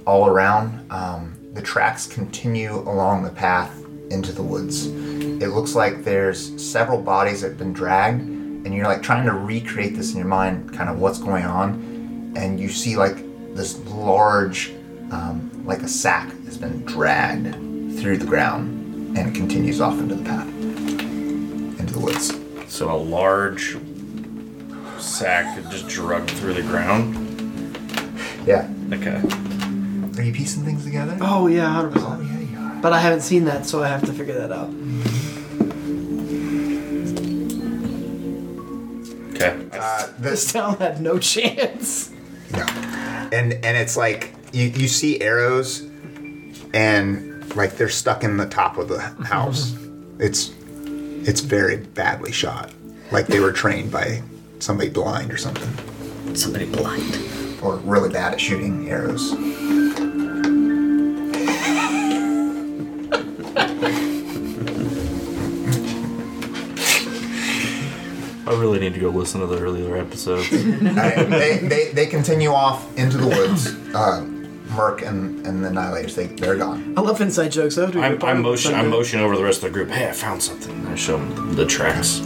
D: all around. Um, the tracks continue along the path into the woods. It looks like there's several bodies that have been dragged, and you're like trying to recreate this in your mind, kind of what's going on, and you see like this large, um, like a sack has been dragged through the ground and continues off into the path, into the woods.
G: So a large sack that just drugged through the ground.
D: Yeah.
G: Okay.
D: Are you piecing things together?
C: Oh yeah, hundred
D: Oh,
C: percent.
D: yeah, you are.
C: But I haven't seen that, so I have to figure that out.
G: Okay.
D: Uh,
C: This
D: this,
C: town had no chance.
D: no. And and it's like you, you see arrows, and like they're stuck in the top of the house. it's it's very badly shot, like they were trained by somebody blind or something,
F: Somebody blind.
D: or really bad at shooting arrows.
E: I really need to go listen to the earlier episode.
D: Alright, they, they, they continue off into the woods. Uh, Merc and, and the Annihilators, they, they're gone.
C: I love inside jokes. I have to. be a
E: I'm,
C: part
E: I'm
C: of
E: motion. I'm
C: something.
E: motion over the rest of the group. Hey, I found something. I show them the tracks.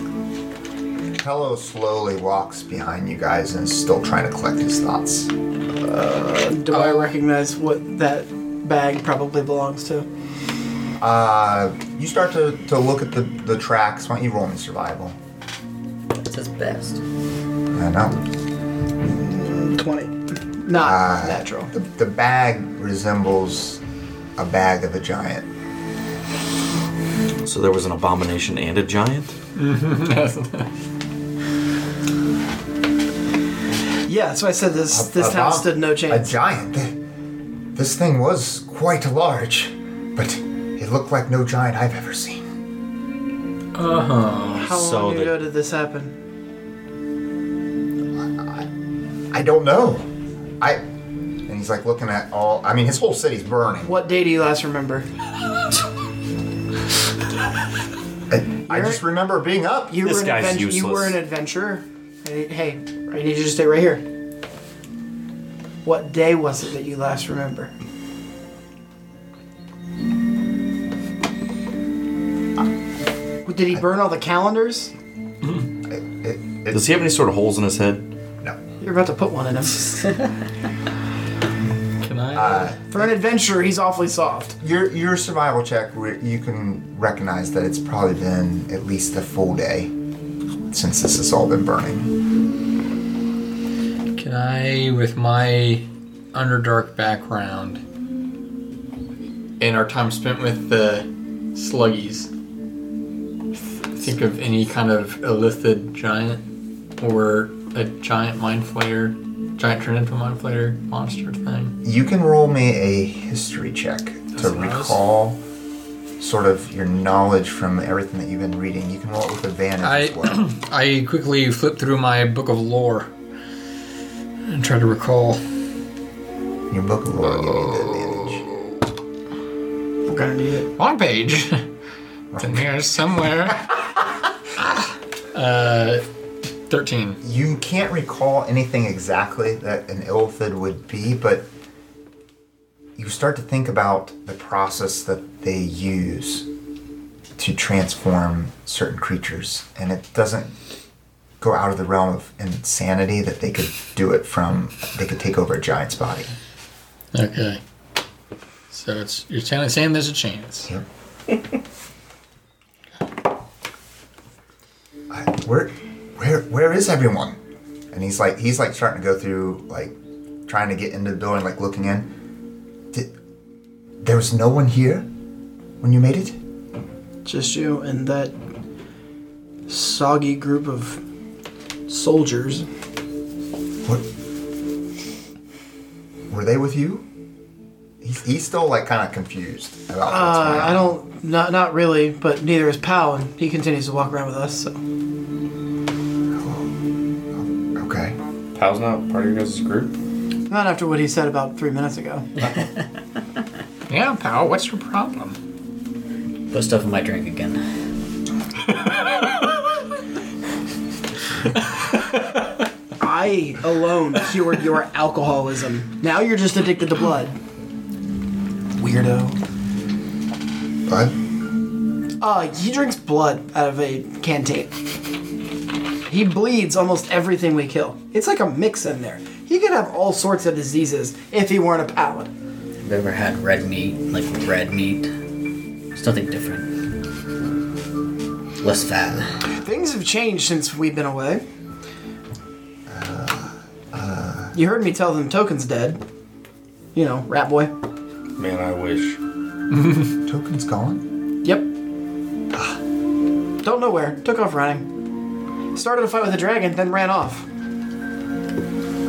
D: Hello slowly walks behind you guys and is still trying to collect his thoughts.
C: Do I recognize what that bag probably belongs to?
D: Uh, you start to, to look at the, the tracks. Why don't you roll me survival?
F: It's his best.
D: I know.
C: Twenty. Not
D: Uh,
C: natural.
D: The, the bag resembles a bag of a giant.
E: So there was an abomination and a giant.
C: Yeah, so I said this.
D: A-
C: this
D: a
C: town
D: bomb-
C: stood no
D: Uh, A
C: chance.
D: giant? Th- This thing was quite large, but it looked like no giant I've ever seen.
B: Uh huh.
C: How
E: So
C: long
E: the-
C: ago did this happen?
D: I don't know. I and he's like looking at all. I mean, his whole city's burning.
C: What day do you last remember?
D: I, I just remember being up.
C: You
E: This
C: were an
E: guy's
C: advent- You were
E: useless.
C: an adventurer. Hey, hey, I need you to stay right here. What day was it that you last remember? Did he burn all the calendars?
E: Does he have any sort of holes in his head?
D: No.
C: You're about to put one in him.
B: Can I?
C: For an adventurer, he's awfully soft.
D: Your your survival check, re- you can recognize that it's probably been at least a full day since this has all been burning.
B: Can I, with my Underdark background and our time spent with the Sluggies, th- think of any kind of illithid giant or a giant mind flayer, giant turned into a mind flayer monster thing?
D: You can roll me a history check to
B: what I was-
D: recall sort of your knowledge from everything that you've been reading. You can roll it with advantage as well.
B: I, I quickly flip through my book of lore and try to recall.
D: Your book will roll give you the advantage.
C: We're gonna need it.
B: One page. it's in there somewhere. uh, 13.
D: You can't recall anything exactly that an illithid would be, but you start to think about the process that they use to transform certain creatures, and it doesn't go out of the realm of insanity that they could do it from. They could take over a giant's body.
B: Okay. So it's you're telling saying there's a chance.
D: Yep. I, where, where, where is everyone? And he's like, he's like starting to go through, like, trying to get into the building, like looking in. Did, there was no one here when you made it.
C: Just you and that soggy group of soldiers.
D: What? Were they with you? He's, he's still like kind of confused about what's
C: Uh,
D: going on.
C: I don't, not not really, but neither is Pal, and he continues to walk around with us. So
D: Okay.
G: Pal's not part of your guys' group?
C: not after what he said about three minutes ago.
B: Yeah, pal, what's your problem?
F: Put stuff in my drink again.
C: I alone cured your alcoholism. Now you're just addicted to blood. Weirdo.
D: Bud?
C: Uh, he drinks blood out of a canteen. He bleeds almost everything we kill. It's like a mix in there. He could have all sorts of diseases if he weren't a paladin.
F: Have you ever had red meat? Like red meat? It's nothing different. Less fat.
C: Things have changed since we've been away. You heard me tell them Token's dead. You know, Rat Boy.
G: Man, I wish.
D: Token's gone.
C: Yep. Don't know where. Took off running. Started a fight with a dragon, then ran off.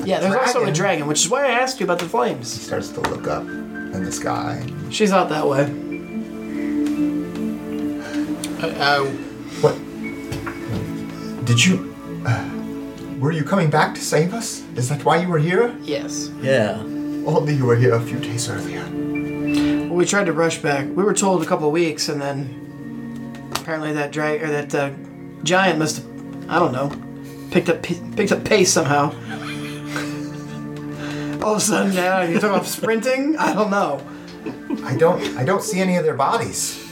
C: Yeah, there's also a
D: Dragon?
C: dragon, which is why I asked you about the flames.
D: Starts to look up in the sky.
C: She's out that way.
D: What? Did you? Uh, were you coming back to save us? Is that why you were here?
C: Yes.
F: Yeah.
D: Only you were here a few days earlier.
C: Well, we tried to rush back. We were told a couple of weeks, and then apparently that drag or that uh, giant must have, I don't know, picked up p- picked up pace somehow. All of a sudden, now you talk about sprinting. I don't know.
D: I don't. I don't see any of their bodies.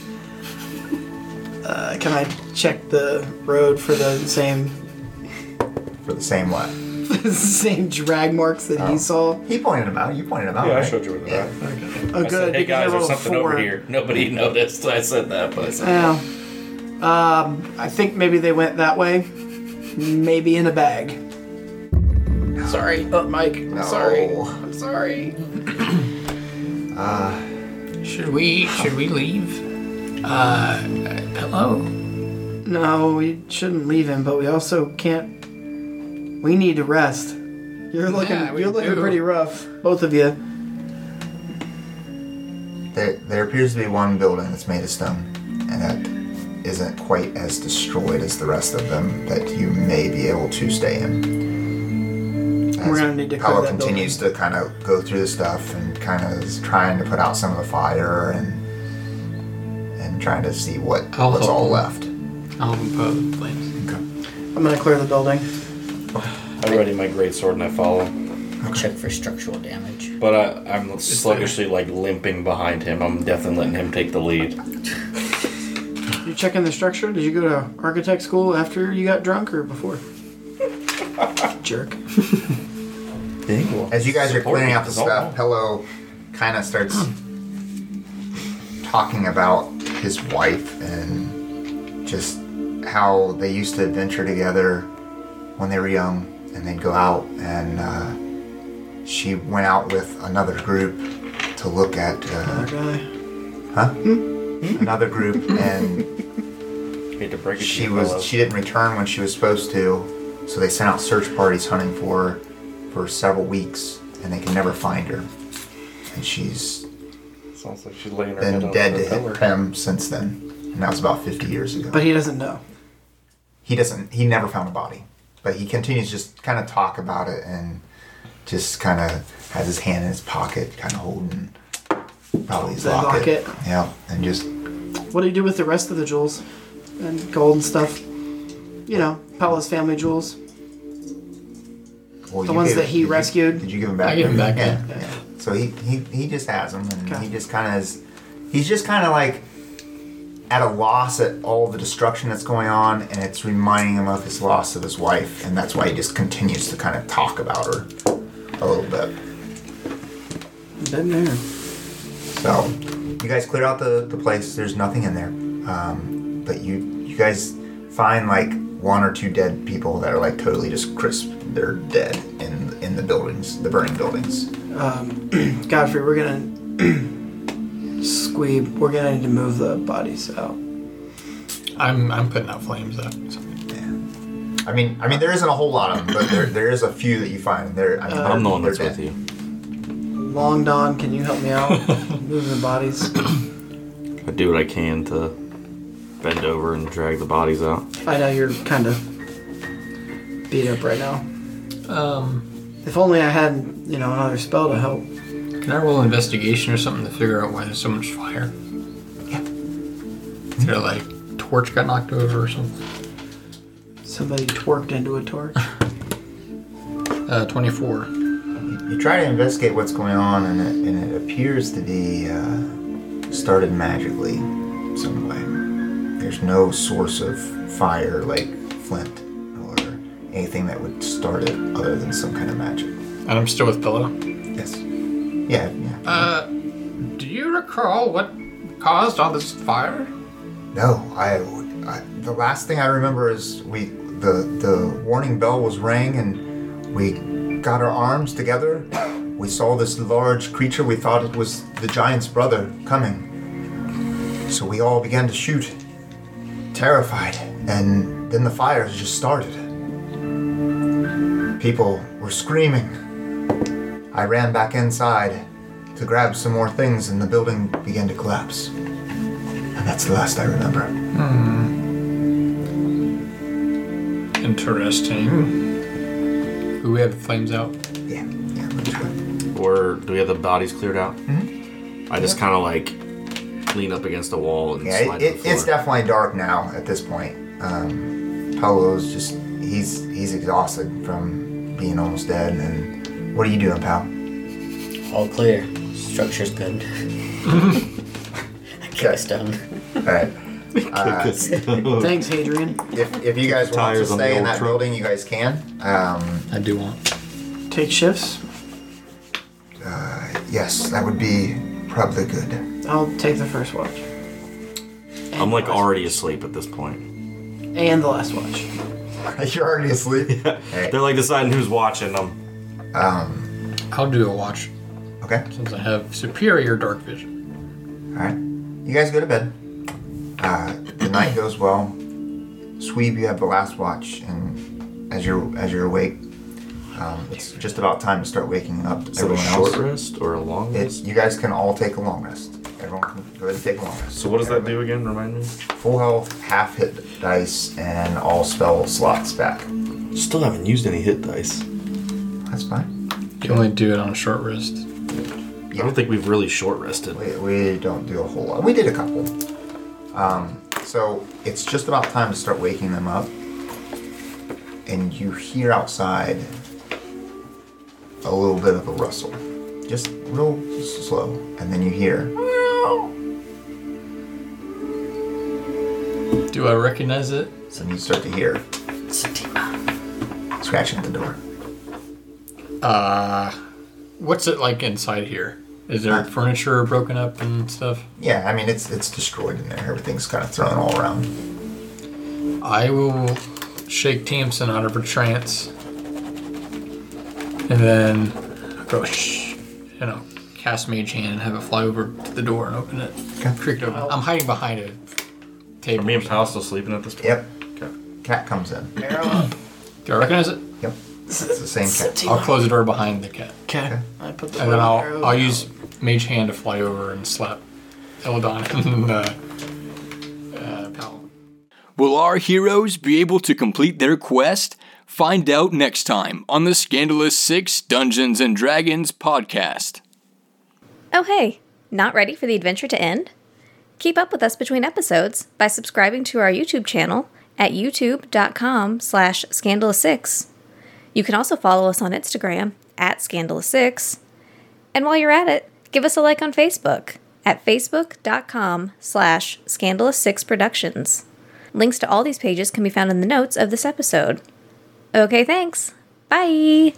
C: Uh, can I check the road for the same
D: For the same what?
C: the same drag marks that
G: Oh.
C: he saw?
D: He pointed them out. You pointed them out.
G: Yeah, I
D: right?
G: showed you where they're at.
C: Oh,
G: I
C: good.
G: said, hey
C: because I
G: guys, there's
C: rolled a
G: something
C: four.
G: over here. Nobody noticed. I said that, but I said,
C: Yeah. Um, I think maybe they went that way. Maybe in a bag. Sorry, uh, Mike. I'm
D: No.
C: sorry. I'm sorry.
B: Should we should we leave? Uh hello.
C: No, we shouldn't leave him, but we also can't. We need to rest. You're looking.
B: Yeah, we
C: you're looking
B: do.
C: pretty rough, both of you.
D: There, there appears to be one building that's made of stone, and that isn't quite as destroyed as the rest of them that you may be able to stay in.
C: We're gonna need to clear
D: Paolo
C: that building.
D: continues to kind of go through the stuff and kind of is trying to put out some of the fire and and trying to see what
B: I'll
D: what's
B: help
D: all
B: him.
D: left.
B: I'll above the flames.
C: I'm gonna clear the building.
G: I ready my great sword and I follow.
F: Check for structural damage.
G: But I, I'm sluggishly like limping behind him. I'm definitely letting him take the lead.
C: You checking the structure? Did you go to architect school after you got drunk or before? Jerk.
D: As you guys are
G: Support
D: clearing
G: me,
D: out the
G: it's all
D: stuff,
G: wrong.
D: Hello kind of starts talking about his wife and just how they used to adventure together when they were young and they'd go out and uh, she went out with another group to look at uh,
C: guy.
D: another group and
G: Hate to break it to
D: she
G: you, fellow.
D: was she didn't return when she was supposed to so they sent out search parties hunting for her for several weeks and they can never find her and she's
G: Sounds like she's laying her head
D: been
G: on
D: dead
G: the
D: to
G: pillar.
D: him since then and that was about 50 years ago
C: But he doesn't know.
D: he doesn't he never found a body but he continues to just kind of talk about it and just kind of has his hand in his pocket kind of holding probably his
C: The
D: locket,
C: locket.
D: yeah and just
C: What do you do with the rest of the jewels and gold and stuff? You know, Paula's family jewels.
D: well,
C: The
D: you
C: ones
D: gave-
C: that he
D: did you-
C: rescued?
D: did you give him back
B: I gave him back,
D: yeah, yeah. so he, he he just has them and
C: Okay.
D: he just kind of is he's just kind of like at a loss at all the destruction that's going on and it's reminding him of his loss of his wife and that's why he just continues to kind of talk about her a little bit
C: Been there.
D: So, you guys clear out the, the place. There's nothing in there. Um, but you you guys find like one or two dead people that are like totally just crisp. They're dead in in the buildings, the burning buildings.
C: Godfrey, we're gonna squeeb. We're gonna need to move the bodies out.
B: I'm I'm putting out flames up. Something.
D: I mean, I mean, there isn't a whole lot of them, but there, there is a few that you find. There, I mean,
E: Uh, I'm the one
D: they're
E: that's with
D: dead.
E: you.
C: Long Don, can you help me out? Moving the bodies.
E: I do what I can to bend over and drag the bodies out.
C: I know you're kind of beat up right now.
B: Um,
C: If only I had, you know, another spell to help.
B: can I roll investigation or something to figure out why there's so much fire?
D: Yeah.
B: Is there like torch got knocked over or something?
C: Somebody twerked into a torch.
B: Uh, 24.
D: You try to investigate what's going on, and it, and it appears to be uh, started magically, some way. There's no source of fire like flint or anything that would start it other than some kind of magic.
B: And I'm still with Pillow.
D: Yes. Yeah. yeah.
B: Do you recall what caused all this fire?
D: No, I, I. The last thing I remember is we the the warning bell was rang and we got our arms together. We saw this large creature. We thought it was the giant's brother coming. So we all began to shoot, terrified, and then the fires just started. People were screaming. I ran back inside to grab some more things, and the building began to collapse. And that's the last I remember.
B: Interesting. Do we have the flames out?
D: Yeah, yeah, that's right.
E: Or do we have the bodies cleared out? I just kind of like lean up against the wall and
D: Mm-hmm. Yeah,
E: slide
D: it,
E: to the
D: it,
E: floor.
D: it's definitely dark now at this point. Um, Paolo's just, he's he's exhausted from being almost dead. And what are you doing, pal?
F: All clear. Structure's good. I kick
D: Okay.
F: a stone.
D: All right.
C: Thanks, Hadrian.
D: If, if you guys want to
E: Tires on the
D: stay in
E: old
D: that
E: truck.
D: building, you guys can. Um,
B: I do want.
C: Take shifts.
D: yes, that would be probably good.
C: I'll take the first watch
E: I'm like already asleep at this point.
C: and the last watch.
D: You're already asleep.
E: They're like deciding who's watching Um, them.
B: I'll do a watch
D: Okay.
B: since I have superior dark vision.
D: All right. You guys go to bed. Uh, the night goes well. Sweeb, you have the last watch, and as you're as you're awake, um, it's just about time to start waking up
E: Is it a
D: everyone
E: short
D: else.
E: rest or a long
D: It,
E: rest?
D: you guys can all take a long rest. Everyone can go ahead and take a long rest.
E: So what does that do again? Remind me.
D: Full health, half hit dice, and all spell slots back.
E: Still haven't used any hit dice.
D: That's fine.
B: You only do it on a short rest.
E: I don't think we've really short rested.
D: We, we don't do a whole lot. We did a couple. Um, so it's just about time to start waking them up. And you hear outside a little bit of a rustle, just real slow, and then you hear.
B: Do I recognize it?
D: So you start to hear scratching at the door.
B: Uh, what's it like inside here? Is
C: Uh,
B: there furniture broken up and stuff?
D: Yeah, I mean it's it's destroyed in there. Everything's kind of thrown all around.
B: I will shake Tamsin out of her trance. And then go shh, you know, cast Mage Hand and have it fly over to the door and open it. Creak it open. I'm hiding behind a
G: Are
B: table.
G: me and Pal still sleeping at this point?
D: Yep.
G: Okay.
D: Cat comes in.
B: Do I recognize it?
D: Yep. It's the same cat.
B: I'll close the door behind the cat.
C: Okay. I put the
B: And then
C: arrow
B: I'll, I'll
C: down.
B: use Mage Hand to fly over and slap Eldon and uh, uh, Pal.
I: Will our heroes be able to complete their quest? Find out next time on the Scandalous Six Dungeons and Dragons podcast.
J: Oh, hey, not ready for the adventure to end? Keep up with us between episodes by subscribing to our YouTube channel at youtube.com slash scandalous6. You can also follow us on Instagram at scandalous6. And while you're at it, give us a like on Facebook at facebook.com slash scandalous6productions. Links to all these pages can be found in the notes of this episode. Okay, thanks. Bye.